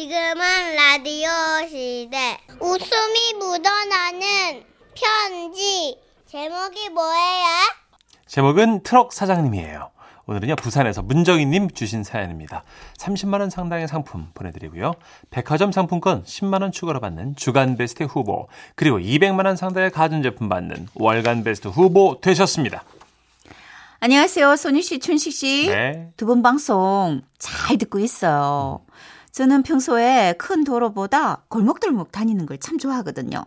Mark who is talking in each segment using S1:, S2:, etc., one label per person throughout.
S1: 지금은 라디오 시대. 웃음이 묻어나는 편지. 제목이 뭐예요?
S2: 제목은 트럭 사장님이에요. 오늘은요 부산에서 문정희님 주신 사연입니다. 30만 원 상당의 상품 보내드리고요. 백화점 상품권 10만 원 추가로 받는 주간 베스트 후보 그리고 200만 원 상당의 가전제품 받는 월간 베스트 후보 되셨습니다.
S3: 안녕하세요. 소니 씨, 춘식 씨.
S2: 네.
S3: 두 분 방송 잘 듣고 있어요. 저는 평소에 큰 도로보다 골목골목 다니는 걸 참 좋아하거든요.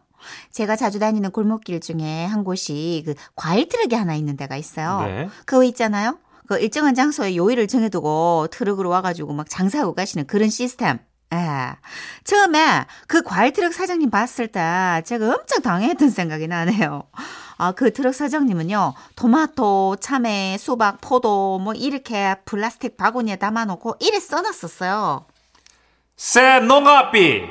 S3: 제가 자주 다니는 골목길 중에 한 곳이 그 과일 트럭이 하나 있는 데가 있어요.
S2: 네.
S3: 그거 있잖아요. 그 일정한 장소에 요일을 정해두고 트럭으로 와가지고 막 장사하고 가시는 그런 시스템. 아, 처음에 그 과일 트럭 사장님 봤을 때 제가 엄청 당황했던 생각이 나네요. 아, 그 트럭 사장님은요, 토마토, 참외, 수박, 포도, 뭐, 이렇게 플라스틱 바구니에 담아놓고 이래 써놨었어요.
S2: 새 농가비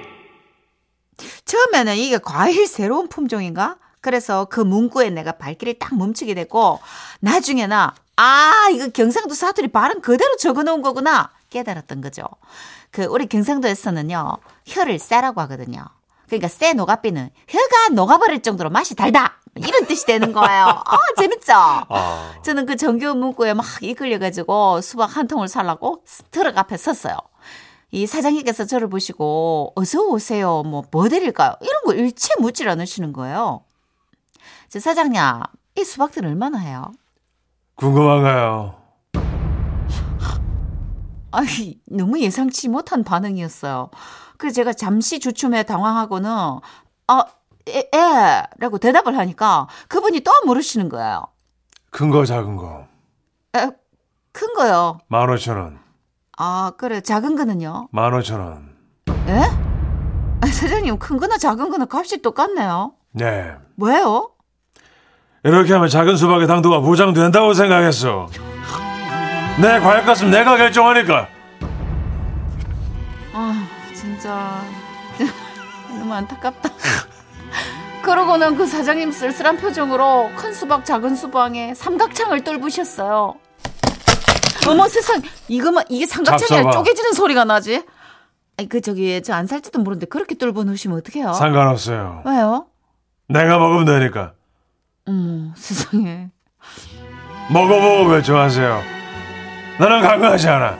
S3: 처음에는 이게 과일 새로운 품종인가? 그래서 그 문구에 내가 발길을 딱 멈추게 됐고, 나중에 나, 아, 이거 경상도 사투리 발음 그대로 적어 놓은 거구나! 깨달았던 거죠. 그, 우리 경상도에서는요, 혀를 쎄라고 하거든요. 그러니까 쎄 녹아비는 혀가 녹아버릴 정도로 맛이 달다! 이런 뜻이 되는 거예요. 어, 재밌죠?
S2: 아,
S3: 저는 그 정교 문구에 막 이끌려가지고 수박 한 통을 사려고 트럭 앞에 섰어요. 이 사장님께서 저를 보시고 어서 오세요. 뭐, 뭐 드릴까요? 이런 거 일체 묻질 않으시는 거예요. 저 사장님, 이 수박들 얼마나 해요?
S2: 궁금한가요?
S3: 아이, 너무 예상치 못한 반응이었어요. 그래서 제가 잠시 주춤해 당황하고는, 아, 예, 예, 라고 대답을 하니까 그분이 또 물으시는 거예요.
S2: 큰 거 작은 거
S3: 에, 큰 거요.
S2: 15,000원
S3: 아, 그래, 작은 거는요?
S2: 15,000원
S3: 에? 아, 사장님, 큰 거나 작은 거나 값이 똑같네요.
S2: 네
S3: 뭐예요?
S2: 이렇게 하면 작은 수박의 당도가 보장된다고 생각했어 내 과일값은 내가 결정하니까
S3: 아, 진짜. 너무 안타깝다. 그러고는 그 사장님 쓸쓸한 표정으로 큰 수박, 작은 수박에 삼각창을 뚫으셨어요. 어머 세상, 이거만, 뭐, 이게 삼각창이 아니라
S2: 잡숴봐.
S3: 쪼개지는 소리가 나지? 아니, 그, 저기, 저 안 살지도 모르는데 그렇게 뚫어 놓으시면 어떡해요?
S2: 상관없어요
S3: 왜요?
S2: 내가 먹으면 되니까
S3: 어머, 세상에.
S2: 먹어보고 결정하세요. 나는 강요하지 않아.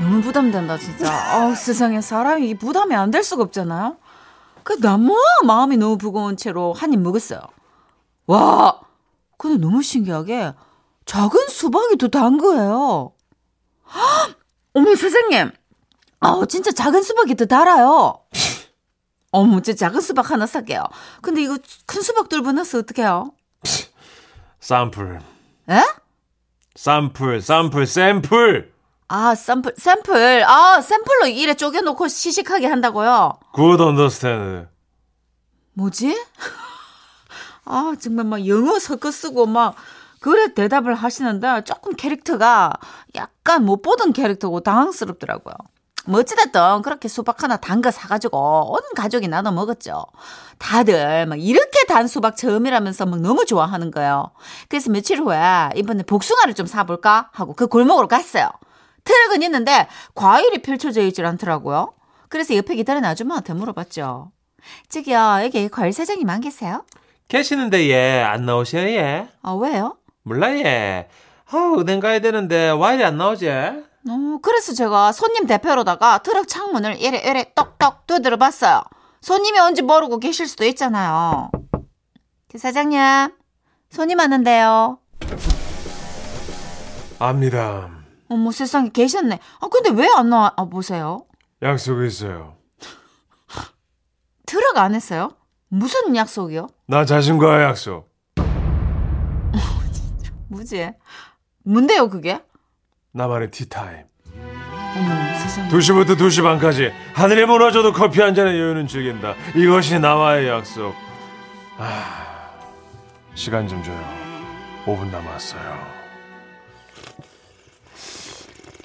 S3: 너무 부담된다 진짜. 아 세상에 사람이 이 부담이 안 될 수가 없잖아요. 그나뭐 마음이 너무 무거운 채로 한 입 먹었어요. 와, 근데 너무 신기하게 작은 수박이 더 단 거예요. 헉! 어머 선생님, 아 진짜 작은 수박이 더 달아요. 어머, 저 작은 수박 하나 살게요. 근데 이거 큰 수박 들보나서 어떡해요?
S2: 쌈풀,
S3: 에?
S2: 쌈풀, 쌈풀, 샘풀.
S3: 아, 샘플, 샘플. 아, 샘플로 이래 쪼개놓고 시식하게 한다고요?
S2: 굿 언더스탠드.
S3: 뭐지? 아, 정말 막 영어 섞어 쓰고 막 그래 대답을 하시는데 조금 캐릭터가 약간 못 보던 캐릭터고 당황스럽더라고요. 뭐 어찌됐든 그렇게 수박 하나 단 거 사가지고 온 가족이 나눠 먹었죠. 다들 막 이렇게 단 수박 처음이라면서 막 너무 좋아하는 거예요. 그래서 며칠 후에 이번에 복숭아를 좀 사볼까 하고 그 골목으로 갔어요. 트럭은 있는데 과일이 펼쳐져 있질 않더라고요. 그래서 옆에 기다리는 아줌마한테 물어봤죠. 저기요, 여기 과일 사장님 안 계세요?
S2: 계시는데 얘 안 나오셔 얘?
S3: 아, 왜요?
S2: 몰라 얘. 아 은행 가야 되는데 와이 안 나오지?
S3: 어, 그래서 제가 손님 대표로다가 트럭 창문을 이래 이래 똑똑 두드려 봤어요. 손님이 온지 모르고 계실 수도 있잖아요. 그 사장님, 손님 왔는데요.
S2: 압니다.
S3: 어머 세상에 계셨네. 아, 근데 왜 안 나와? 아, 보세요.
S2: 약속이 있어요.
S3: 트럭 안 했어요? 무슨 약속이요?
S2: 나 자신과의 약속.
S3: 뭐지? 뭔데요, 그게?
S2: 나만의 티타임.
S3: 어머 세상에.
S2: 2시부터 2시 반까지 하늘이 무너져도 커피 한 잔의 여유는 즐긴다. 이것이 나와의 약속. 아, 시간 좀 줘요. 5분 남았어요.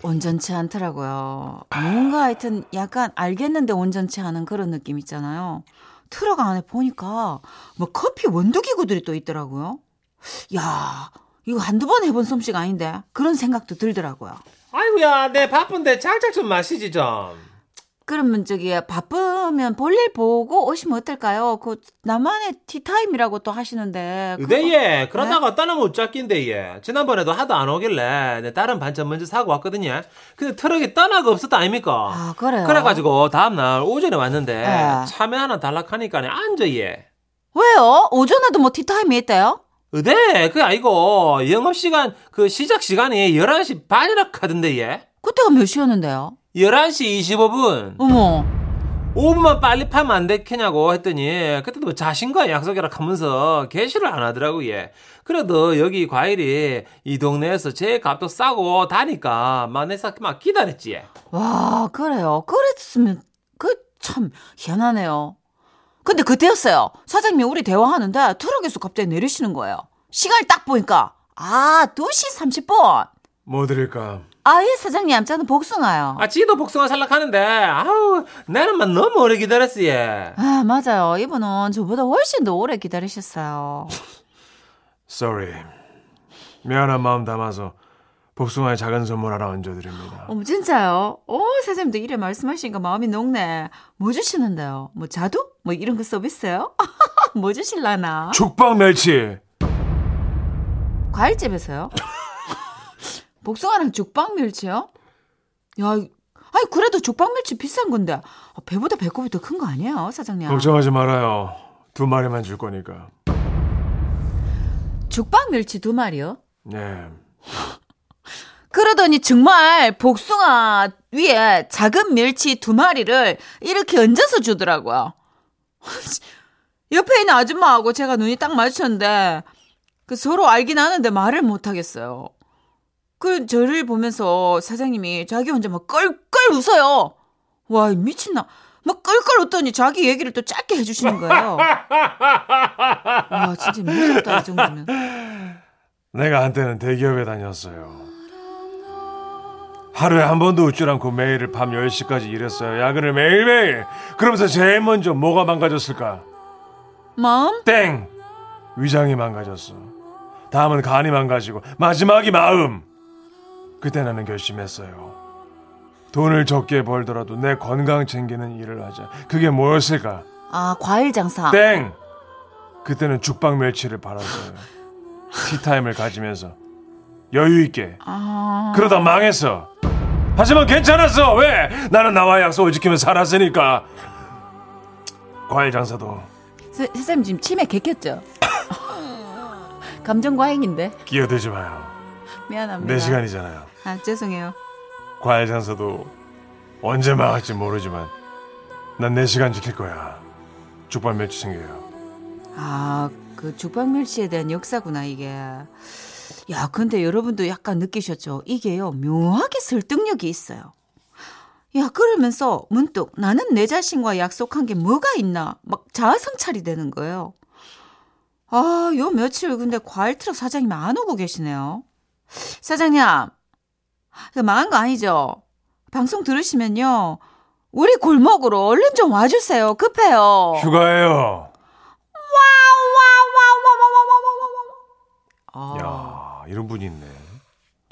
S3: 온전치 않더라고요. 뭔가 하여튼 약간 알겠는데 온전치 않은 그런 느낌 있잖아요. 트럭 안에 보니까 뭐 커피 원두기구들이 또 있더라고요. 야 이거 한두 번 해본 솜씨가 아닌데 그런 생각도 들더라고요.
S4: 네,
S5: 아이고야, 내 바쁜데 찰짝 좀 마시지 좀.
S3: 그러면 저기 바쁘면 볼일 보고 오시면 어떨까요? 그 나만의 티타임이라고 또 하시는데. 그거- 네.
S4: 근데 예, 그러다가 따는 못 잡긴데 예. 지난번에도 하도 안 오길래 내 다른 반찬 먼저 사고 왔거든요. 근데 트럭이 떠나가 없었다 아닙니까?
S3: 아, 그래요?
S4: 그래가지고 다음날 오전에 왔는데
S3: 예.
S4: 참외 하나 달라하니까 앉아 예.
S3: 왜요? 오전에도 뭐 티타임이 있대요?
S4: 네, 그게 아니고 영업시간 그 시작 시간이 11시 반이라 카던데 예.
S3: 그때가 몇 시였는데요?
S4: 11시 25분
S3: 어머.
S4: 5분만 빨리 파면 안 되겠냐고 했더니 그때도 뭐 자신과 약속이라 하면서 개시를 안 하더라고 예. 그래도 여기 과일이 이 동네에서 제일 값도 싸고 다니까 만에서 막 기다렸지 예.
S3: 와, 그래요. 그랬으면, 그, 참, 희한하네요. 근데 그때였어요. 사장님이 우리 대화하는데 트럭에서 갑자기 내리시는 거예요. 시간을 딱 보니까, 아, 2시 30분.
S4: 뭐 드릴까?
S3: 아, 예, 사장님, 저는 복숭아요.
S4: 아, 지도 복숭아 살라 하는데 아우 나는 막 너무 오래 기다렸어 예.
S3: 아, 맞아요. 이분은 저보다 훨씬 더 오래 기다리셨어요.
S2: Sorry. 미안한 마음 담아서 복숭아의 작은 선물 하나 얹어드립니다.
S3: 어머, 진짜요? 오, 사장님도 이래 말씀하시니까 마음이 녹네. 뭐 주시는데요? 뭐 자두? 뭐 이런 거 서비스요? 뭐 주실라나?
S2: 죽빵 멸치.
S3: 과일집에서요? 복숭아랑 죽빵멸치요? 야, 아니 그래도 죽빵멸치 비싼 건데 아, 배보다 배꼽이 더 큰 거 아니에요, 사장님?
S2: 걱정하지 말아요. 두 마리만 줄 거니까.
S3: 죽빵멸치 두 마리요?
S2: 네.
S3: 그러더니 정말 복숭아 위에 작은 멸치 두 마리를 이렇게 얹어서 주더라고요. 옆에 있는 아줌마하고 제가 눈이 딱 마주쳤는데 그 서로 알긴 하는데 말을 못 하겠어요. 그 저를 보면서 사장님이 자기 혼자 막 껄껄 웃어요. 와 미친나. 막 껄껄 웃더니 자기 얘기를 또 짧게 해주시는 거예요. 와 진짜 무섭다 이 정도면.
S2: 내가 한때는 대기업에 다녔어요. 하루에 한 번도 웃질 않고 매일을 밤 10시까지 일했어요. 야근을 매일매일. 그러면서 제일 먼저 뭐가 망가졌을까?
S3: 마음?
S2: 땡! 위장이 망가졌어. 다음은 간이 망가지고 마지막이 마음. 그때 나는 결심했어요. 돈을 적게 벌더라도 내 건강 챙기는 일을 하자. 그게 뭐였을까?
S3: 아 과일 장사.
S2: 땡! 그때는 죽빵 멸치를 팔았어요. 티타임을 가지면서 여유 있게.
S3: 아.
S2: 그러다 망했어. 하지만 괜찮았어. 왜? 나는 나와 약속을 지키며 살았으니까. 과일 장사도
S3: 세- 세쌤 지금 치매 개켰죠? 감정 과잉인데
S2: 끼어들지 마요.
S3: 미안합니다.
S2: 내 네, 시간이잖아요.
S3: 아 죄송해요.
S2: 과일 장사도 언제 망할지 모르지만 난 내 시간 지킬 거야. 죽밥 멸치 챙겨요.
S3: 아그 죽방멸치에 대한 역사구나 이게. 야 근데 여러분도 약간 느끼셨죠? 이게요 묘하게 설득력이 있어요. 야 그러면서 문득 나는 내 자신과 약속한 게 뭐가 있나 막 자아성찰이 되는 거예요. 아 요 며칠 근데 과일 트럭 사장님 안 오고 계시네요. 사장님 이거 망한 거 아니죠? 방송 들으시면요 우리 골목으로 얼른 좀 와주세요 급해요.
S2: 휴가예요.
S3: 아,
S2: 야 이런 분이 있네.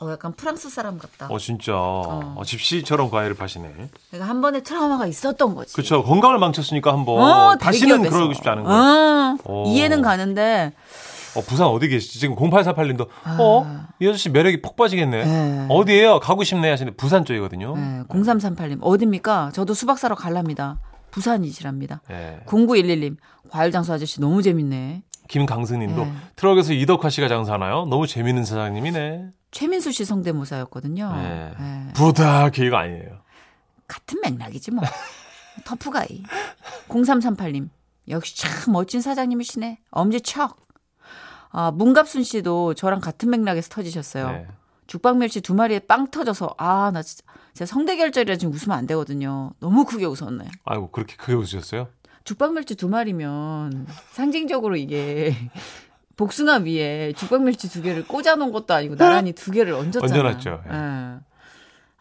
S3: 어, 약간 프랑스 사람 같다.
S2: 어 진짜 어, 집시처럼 과일을 파시네.
S3: 내가 한 번의 트라우마가 있었던 거지.
S2: 그렇죠. 건강을 망쳤으니까 한번
S3: 어,
S2: 다시는
S3: 대기업에서.
S2: 그러고 싶지 않은 거예요.
S3: 어,
S2: 오.
S3: 이해는 가는데.
S2: 어, 부산 어디 계시지? 지금 0848님도 어? 이 아저씨 매력이 폭 빠지겠네.
S3: 아. 네.
S2: 어디에요? 가고 싶네 하시는데 부산 쪽이거든요.
S3: 네, 0338님 어딥니까? 저도 수박 사러 갈랍니다. 부산이시랍니다.
S2: 예.
S3: 0911님 과일 장수 아저씨 너무 재밌네.
S2: 김강승님도
S3: 네.
S2: 트럭에서 이덕화 씨가 장사하나요? 너무 재밌는 사장님이네.
S3: 최민수 씨 성대모사였거든요.
S2: 예.
S3: 네.
S2: 부다 기회가 아니에요.
S3: 같은 맥락이지 뭐. 터프가이. 0338님. 역시 참 멋진 사장님이시네. 엄지척. 아, 문갑순 씨도 저랑 같은 맥락에서 터지셨어요.
S2: 네.
S3: 죽방멸치 두 마리에 빵 터져서 아, 나 진짜 제가 성대결절이라 지금 웃으면 안 되거든요. 너무 크게 웃었네.
S2: 아이고 그렇게 크게 웃으셨어요?
S3: 죽방멸치 두 마리면 상징적으로 이게 복숭아 위에 죽방멸치 두 개를 꽂아 놓은 것도 아니고 나란히 두 개를 얹었잖아요.
S2: 얹어놨죠, 예.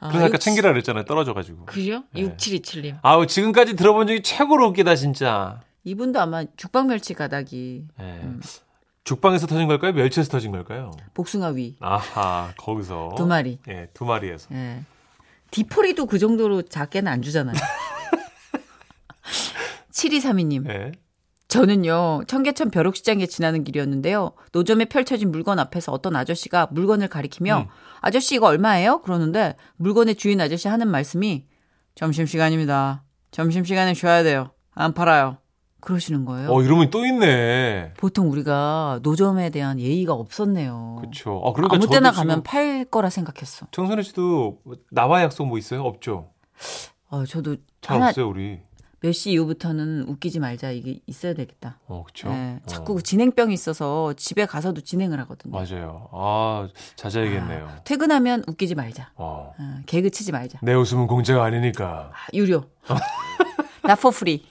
S2: 그래서 아까 챙기라 그랬잖아요. 떨어져가지고.
S3: 그죠?
S2: 예.
S3: 6727님.
S4: 아우 지금까지 들어본 적이 최고로 웃기다 진짜.
S3: 이분도 아마 죽방멸치 가닥이
S6: 네.
S2: 예. 죽방에서 터진 걸까요? 멸치에서 터진 걸까요?
S3: 복숭아 위
S2: 아하 거기서
S6: 어?
S3: 두 마리.
S2: 예, 두 마리에서.
S3: 예. 디포리도 그 정도로 작게는 안 주잖아요. 7232님.
S6: 네.
S3: 저는요, 청계천 벼룩시장에 지나는 길이었는데요. 노점에 펼쳐진 물건 앞에서 어떤 아저씨가 물건을 가리키며,
S6: 음.
S3: 아저씨 이거 얼마예요? 그러는데, 물건의 주인 아저씨 하는 말씀이, 점심시간입니다. 점심시간에 쉬어야 돼요. 안 팔아요. 그러시는 거예요.
S6: 어, 이러면 또 있네.
S3: 보통 우리가 노점에 대한 예의가 없었네요.
S6: 그렇죠. 아, 그러니까
S3: 아무 때나
S6: 저도 지금
S3: 가면 팔 거라 생각했어.
S6: 정선혜 씨도 나와 약속 뭐 있어요? 없죠.
S3: 어, 저도
S6: 잘
S3: 하나
S6: 없어요, 우리.
S3: 몇 시 이후부터는 웃기지 말자 이게 있어야 되겠다.
S6: 어, 그렇죠.
S3: 예, 자꾸 그 진행병이 있어서 집에 가서도 진행을 하거든요.
S6: 맞아요. 아, 자제해야겠네요.
S3: 아. 퇴근하면 웃기지 말자.
S6: 어.
S3: 어, 개그 치지 말자.
S2: 내 웃음은 공짜가 아니니까.
S3: 아, 유료. 나 for free.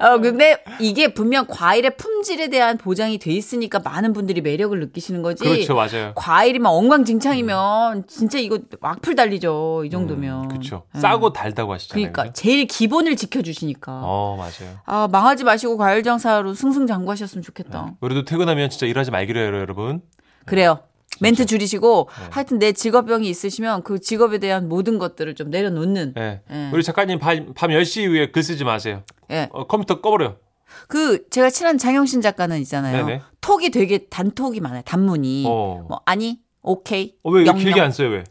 S3: 어, 근데 이게 분명 과일의 품질에 대한 보장이 돼 있으니까 많은 분들이 매력을 느끼시는 거지.
S6: 그렇죠, 맞아요.
S3: 과일이면 엉망진창이면 진짜 이거 악플 달리죠. 이 정도면.
S6: 그렇죠.
S3: 예.
S6: 싸고 달다고 하시잖아요.
S3: 그러니까
S6: 그죠?
S3: 제일 기본을 지켜주시니까.
S6: 어, 맞아요.
S3: 아 망하지 마시고 과일 장사로 승승장구하셨으면 좋겠다.
S6: 우리도 퇴근하면 진짜 일하지 말기로 해요, 여러분. 네.
S3: 그래요. 멘트 줄이시고 하여튼 내 직업병이 있으시면 그 직업에 대한 모든 것들을 좀 내려놓는.
S6: 예.
S3: 예.
S6: 우리 작가님 밤, 밤 10시 이후에 글 쓰지 마세요.
S3: 예.
S6: 어, 컴퓨터 꺼버려.
S3: 그 제가 친한 장영신 작가는 있잖아요.
S6: 네네.
S3: 톡이 되게 단톡이 많아요. 단문이.
S6: 어.
S3: 뭐 아니, 오케이.
S6: 어, 왜 이거
S3: 영영.
S6: 길게 안 써요, 왜?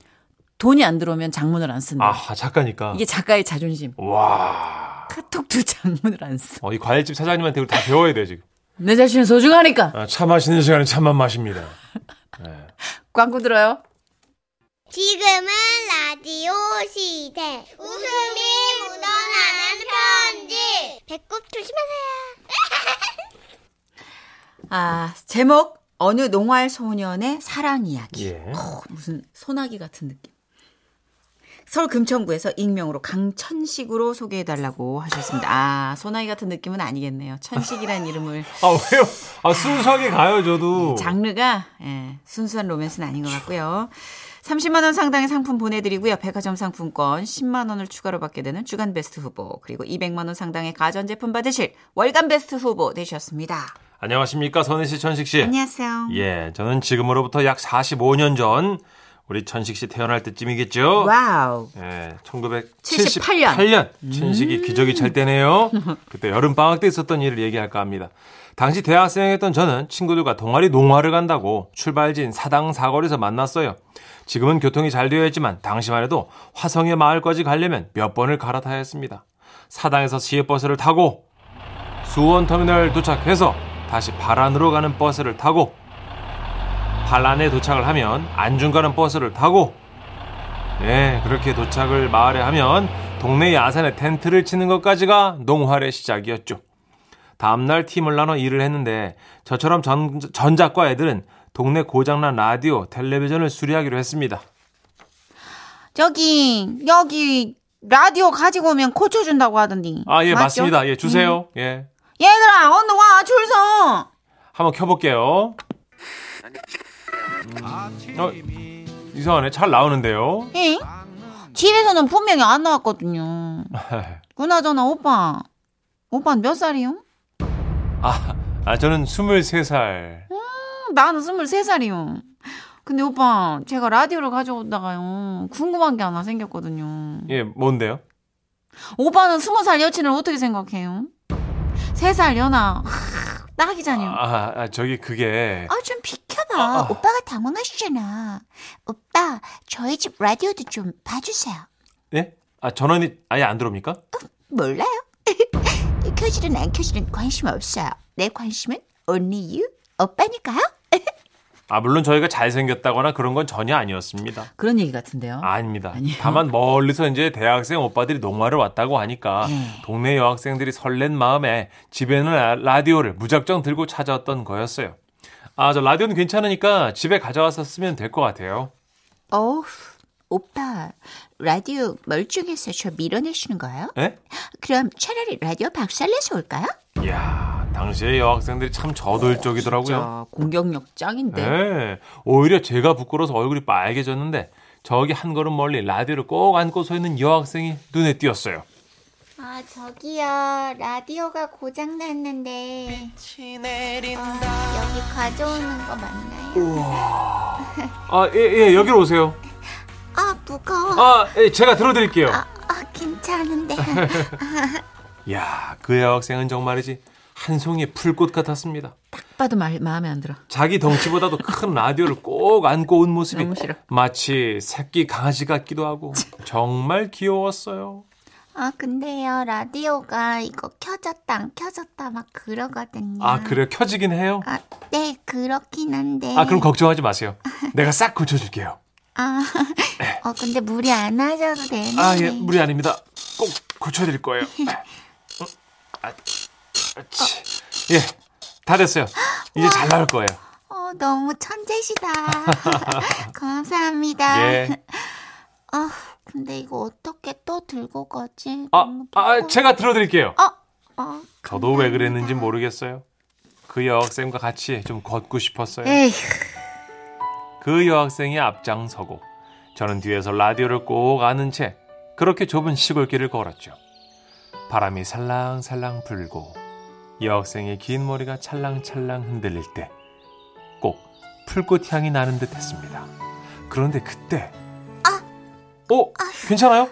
S3: 돈이 안 들어오면 장문을 안 쓴다.
S6: 아, 작가니까.
S3: 이게 작가의 자존심.
S6: 와.
S3: 카톡도 장문을 안 써.
S6: 어, 이 과일집 사장님한테 우리 다 배워야 돼, 지금.
S3: 내 자신은 소중하니까.
S2: 아, 차 마시는 시간에 차만 마십니다.
S3: 광고 들어요.
S1: 지금은 라디오 시대. 웃음이 묻어나는 편지. 배꼽 조심하세요.
S3: 아, 제목 어느 농활 소년의 사랑 이야기.
S6: 예.
S3: 어, 무슨 소나기 같은 느낌. 서울 금천구에서 익명으로 강천식으로 소개해달라고 하셨습니다. 아, 소나기 같은 느낌은 아니겠네요. 천식이란 이름을.
S6: 아, 왜요? 아, 순수하게 가요, 저도.
S3: 장르가 예, 순수한 로맨스는 아닌 것 같고요. 30만 원 상당의 상품 보내드리고요. 백화점 상품권 10만 원을 추가로 받게 되는 주간 베스트 후보 그리고 200만 원 상당의 가전제품 받으실 월간 베스트 후보 되셨습니다.
S6: 안녕하십니까, 선혜 씨, 천식 씨.
S3: 안녕하세요.
S6: 예, 저는 지금으로부터 약 45년 전 우리 천식 씨 태어날 때쯤이겠죠.
S3: 와우.
S6: 예,
S3: 78 년.
S6: 1978년 음. 천식이 기저귀 찰 때네요. 그때 여름 방학 때 있었던 일을 얘기할까 합니다. 당시 대학생이었던 저는 친구들과 동아리 농화를 간다고 출발지인 사당 사거리에서 만났어요. 지금은 교통이 잘 되어 있지만 당시만 해도 화성의 마을까지 가려면 몇 번을 갈아타야 했습니다. 사당에서 시외버스를 타고 수원터미널 도착해서 다시 발안으로 가는 버스를 타고 발안에 도착을 하면 안중 가는 버스를 타고 예, 그렇게 도착을 마을에 하면 동네 야산에 텐트를 치는 것까지가 농활의 시작이었죠. 다음날 팀을 나눠 일을 했는데 저처럼 전, 전작과 애들은 동네 고장난 라디오, 텔레비전을 수리하기로 했습니다.
S3: 저기 여기 라디오 가지고 오면 고쳐준다고 하던디.
S6: 아, 예, 맞습니다. 예, 주세요. 예.
S3: 얘들아 얼른 와 출석.
S6: 한번 켜볼게요. 음, 어, 이상하네. 잘 나오는데요.
S3: 응? 예? 집에서는 분명히 안 나왔거든요. 그나저나 오빠, 오빠는 몇 살이요?
S6: 아, 아 저는 23살.
S3: 나는 23살이요. 근데 오빠, 제가 라디오를 가져오다가요. 궁금한 게 하나 생겼거든요.
S6: 예, 뭔데요?
S3: 오빠는 20살 여친을 어떻게 생각해요? 3살 연하.
S6: 아,
S3: 딱이잖아요.
S6: 아, 저기 그게. 어,
S7: 아, 좀 비켜봐. 오빠가 당황하시잖아. 오빠, 저희 집 라디오도 좀 봐주세요.
S6: 예? 아, 전원이 아예 안 들어옵니까?
S7: 몰라요? 켜지든 안 켜지든 관심 없어요. 내 관심은 only you, 오빠니까요.
S6: 아 물론 저희가 잘생겼다거나 그런 건 전혀 아니었습니다.
S7: 어?
S3: 그런 얘기 같은데요.
S6: 아닙니다.
S3: 아니요.
S6: 다만 멀리서 이제 대학생 오빠들이 농화를 왔다고 하니까 동네 여학생들이 설렌 마음에 집에 있는 라- 라디오를 무작정 들고 찾아왔던 거였어요. 아 저 라디오는 괜찮으니까 집에 가져와서 쓰면 될 것 같아요.
S7: 어우, 오빠, 라디오 멀쩡해서 저 밀어내시는 거예요?
S6: 예?
S7: 그럼 차라리 라디오 박살내서 올까요?
S6: 이야 당시에 여학생들이 참
S4: 어,
S6: 저돌적이더라고요.
S3: 진짜 공격력 짱인데.
S4: 네.
S6: 예. 오히려 제가 부끄러워서 얼굴이 빨개졌는데 저기 한 걸음 멀리 라디오를 꼭 안고 서 있는 여학생이 눈에 띄었어요.
S1: 아, 저기요. 라디오가 고장났는데. 어, 여기 가져오는 거 맞나요?
S6: 아 예 예, 여기로 오세요.
S7: 아, 무거워.
S4: 어.
S6: 아, 예, 제가 들어드릴게요.
S7: 아, 괜찮아.
S1: 사는데.
S6: 야, 그 여학생은 정말이지 한 송이의 풀꽃 같았습니다.
S4: 봐도 말, 마음에 안 들어.
S6: 자기 덩치보다도 큰 라디오를 꼭 안고 온 모습이
S4: 너무 싫어.
S6: 마치 새끼 강아지 같기도 하고 정말 귀여웠어요.
S1: 아 근데요 라디오가 이거 켜졌다 안 켜졌다 막 그러거든요.
S4: 네.
S6: 아, 그래 켜지긴 해요.
S1: 아, 네 그렇긴 한데.
S6: 아, 그럼 걱정하지 마세요. 내가 싹 고쳐줄게요.
S1: 아, 어 근데 무리 안 하셔도 되는데.
S6: 아, 예, 무리 아닙니다. 꼭 고쳐드릴 거예요. 어? 아, 아치. 예, 다 됐어요. 이제 잘 나올 거예요.
S1: 어 너무 천재시다. 감사합니다.
S6: 예.
S1: 아 근데 이거 어떻게 또 들고 가지?
S6: 아,
S1: 너무
S6: 아,
S1: 무거워.
S6: 제가 들어드릴게요.
S1: 어,
S6: 저도 왜 그랬는지 모르겠어요. 그 여학생과 같이 좀 걷고 싶었어요.
S1: 에휴.
S6: 그 여학생이 앞장서고 저는 뒤에서 라디오를 꼭 아는 채 그렇게 좁은 시골길을 걸었죠. 바람이 살랑살랑 불고 여학생의 긴 머리가 찰랑찰랑 흔들릴 때 꼭 풀꽃 향이 나는 듯 했습니다. 그런데 그때 어? 괜찮아요?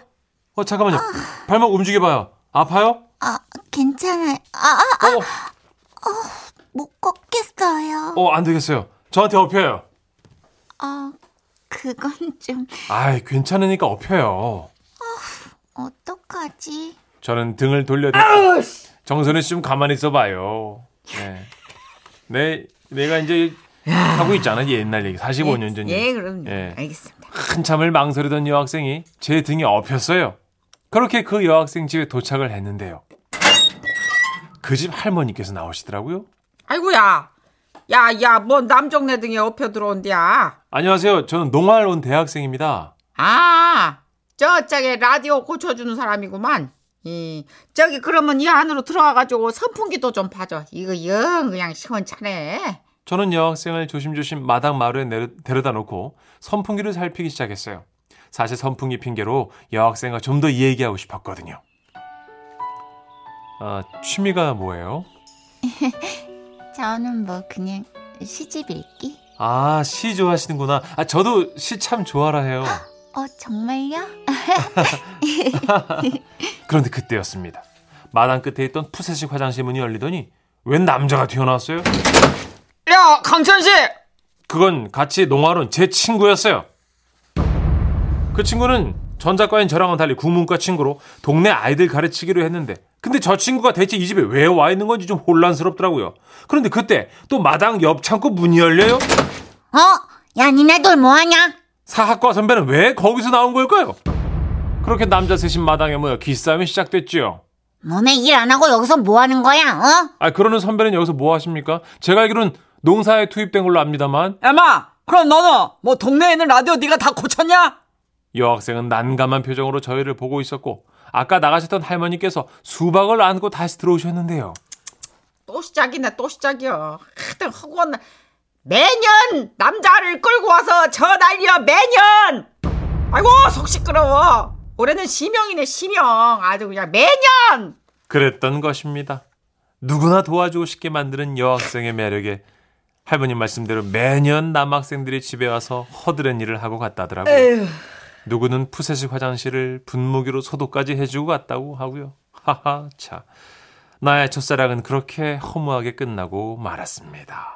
S6: 어 잠깐만요. 발목 움직여봐요. 아파요?
S1: 아 괜찮아요. 아, 아,
S6: 어,
S1: 못 걷겠어요.
S6: 어, 안 되겠어요. 저한테 업혀요.
S1: 아 그건 좀
S6: 아이, 괜찮으니까 업혀요.
S1: 어, 어떡하지?
S6: 저는 등을 돌려댔고 정선우 씨 좀 가만히 있어봐요. 네. 내 내가 이제 하고 있잖아 옛날 얘기 45년 전
S4: 예,
S6: 얘기.
S4: 그럼요.
S6: 예.
S4: 알겠습니다.
S6: 한참을 망설이던 여학생이 제 등에 업혔어요. 그렇게 그 여학생 집에 도착을 했는데요. 그 집 할머니께서 나오시더라고요.
S3: 아이고야. 야, 야, 뭔 남정네 등에 업혀 들어온디야.
S6: 안녕하세요. 저는 농활 온 대학생입니다.
S3: 아, 저짝에 라디오 고쳐주는 사람이구만. 이, 저기 그러면 이 안으로 들어와가지고 선풍기도 좀 봐줘. 이거 영 그냥 시원찮네.
S6: 저는 여학생을 조심조심 마당 마루에 내려, 데려다 놓고 선풍기를 살피기 시작했어요. 사실 선풍기 핑계로 여학생과 좀 더 얘기하고 싶었거든요. 아, 취미가 뭐예요?
S1: 저는 뭐 그냥 시집 읽기?
S6: 아, 시 좋아하시는구나. 아, 저도 시 참 좋아라 해요.
S1: 어 정말요?
S6: 그런데 그때였습니다. 마당 끝에 있던 푸세식 화장실 문이 열리더니 웬 남자가 튀어나왔어요?
S3: 야, 강천씨!
S6: 그건 같이 농활은 제 친구였어요. 그 친구는 전자과인 저랑은 달리 국문과 친구로 동네 아이들 가르치기로 했는데 근데 저 친구가 대체 이 집에 왜 와 있는 건지 좀 혼란스럽더라고요. 그런데 그때 또 마당 옆 창고 문이 열려요.
S7: 어? 야, 니네들 뭐하냐?
S6: 사학과 선배는 왜 거기서 나온 걸까요? 그렇게 남자 셋인 마당에 모여 기싸움이 시작됐지요.
S7: 너네 일 안 하고 여기서 뭐하는 거야? 어?
S6: 아 그러는 선배는 여기서 뭐 하십니까? 제가 알기로는 농사에 투입된 걸로 압니다만
S3: 야마, 아, 그럼 너는 뭐 동네에 있는 라디오 네가 다 고쳤냐?
S6: 여학생은 난감한 표정으로 저희를 보고 있었고 아까 나가셨던 할머니께서 수박을 안고 다시 들어오셨는데요.
S3: 또 시작이네, 또 시작이야. 하여튼 허구한 날. 매년 남자를 끌고 와서 저 난리야, 매년! 아이고, 속 시끄러워. 올해는 시명이네, 시명. 아주 그냥 매년!
S6: 그랬던 것입니다. 누구나 도와주고 싶게 만드는 여학생의 매력에 할머님 말씀대로 매년 남학생들이 집에 와서 허드렛 일을 하고 갔다더라고요. 누구는 푸세식 화장실을 분무기로 소독까지 해주고 갔다고 하고요. 하하, 차. 나의 첫사랑은 그렇게 허무하게 끝나고 말았습니다.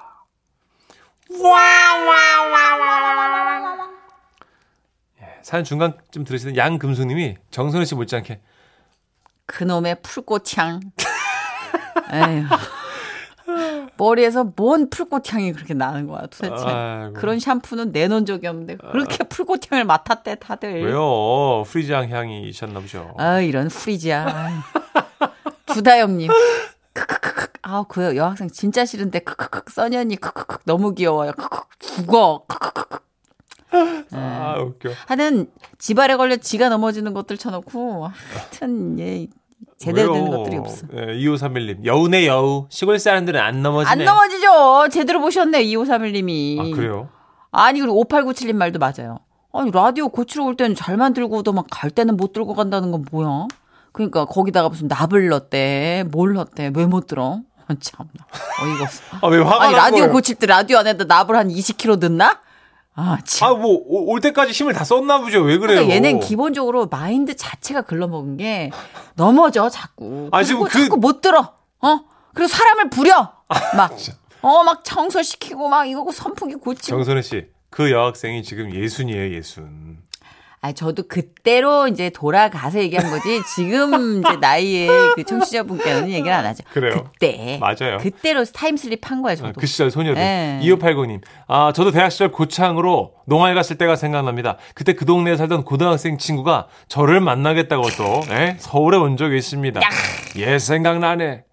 S6: 예, 사연 중간쯤 들으시는 양금수님이 정선우 씨 못지않게
S4: 그놈의 풀꽃향. 에휴. 머리에서 뭔 풀꽃향이 그렇게 나는 거야, 도대체.
S6: 아이고. 아.
S4: 그런 샴푸는 내놓은 적이 없는데 그렇게 풀꽃향을 맡았대, 다들.
S6: 왜요? 프리지앙 향이셨나 보죠.
S4: 아 이런 후리지야. 주다영님. 크크크크. 아, 그 여학생 진짜 싫은데 크크크 써니언니 크크크 너무 귀여워요. 크크 죽어. 크크크. 네.
S6: 아, 웃겨.
S4: 하여튼 지발에 걸려 지가 넘어지는 것들 쳐놓고 하여튼 예 제대로 되는
S6: 왜요?
S4: 것들이 없어.
S6: 예, 2531님. 여우네 여우. 시골 사람들은 안
S4: 안
S6: 넘어지네.
S4: 넘어지죠. 제대로 보셨네 2531님이.
S6: 아, 그래요?
S4: 아니 그리고 5897님 말도 맞아요. 아니 라디오 고치러 올 때는 잘만 들고 오더만 갈 때는 못 들고 간다는 건 뭐야? 그러니까 거기다가 무슨 납을 넣었대, 뭘 넣었대, 왜 못 들어? 참나 어이가 없어.
S6: 아, 왜 화가
S4: 아니
S6: 난
S4: 라디오
S6: 거예요?
S4: 고칠 때 라디오 안에다 납을 한 20kg 넣나? 아, 참.
S6: 아 뭐 올 때까지 힘을 다 썼나 보죠. 왜 그래요?
S4: 그러니까 얘는 기본적으로 마인드 자체가 글러먹은 게 넘어져 자꾸.
S6: 아, 지금
S4: 그리고
S6: 그- 아,
S4: 자꾸 못 들어. 어? 그리고 사람을 부려. 막. 어, 막 청소시키고 막 이거고 선풍기 고치고.
S6: 정선혜 씨, 그 여학생이 지금 예순이에요, 예순.
S4: 아, 저도 그때로 이제 돌아가서 얘기한 거지. 지금 이제 나이에 그 청취자분께는 얘기를 안 하죠.
S6: 그래요.
S4: 그때.
S6: 맞아요.
S4: 그때로 타임슬립 한 거야, 저도.
S6: 아, 그 시절 소녀들.
S4: 예.
S6: 2589님. 아, 저도 대학 시절 고창으로 농활 갔을 때가 생각납니다. 그때 그 동네에 살던 고등학생 친구가 저를 만나겠다고 또 예? 서울에 온 적이 있습니다. 예, 생각나네.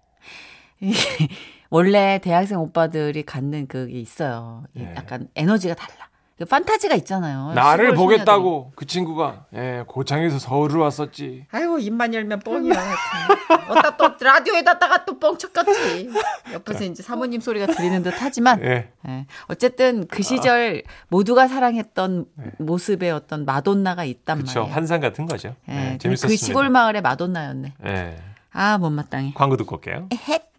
S4: 원래 대학생 오빠들이 갖는 그게 있어요. 이
S6: 네.
S4: 약간 에너지가 달라. 그 판타지가 있잖아요.
S8: 나를
S4: 시골 소녀들이.
S8: 보겠다고 그 친구가 예, 고창에서 서울을 왔었지.
S3: 아이고 입만 열면 뻥이야. 하여튼. 어따 또 라디오에다가 또 뻥쳤겠지. 옆에서 이제 사모님 소리가
S4: 들리는 듯 하지만
S6: 예.
S4: 예. 어쨌든
S6: 아.
S4: 그 시절 모두가 사랑했던 모습의 어떤 마돈나가 있단
S6: 네. 그쵸.
S4: 말이에요.
S6: 환상 같은 거죠.
S4: 아, 예,
S6: 예,
S4: 그
S6: 재밌었습니다.
S4: 시골 마을의 마돈나였네.
S6: 예.
S4: 아 못마땅해.
S6: 광고 듣고 올게요.
S9: 헷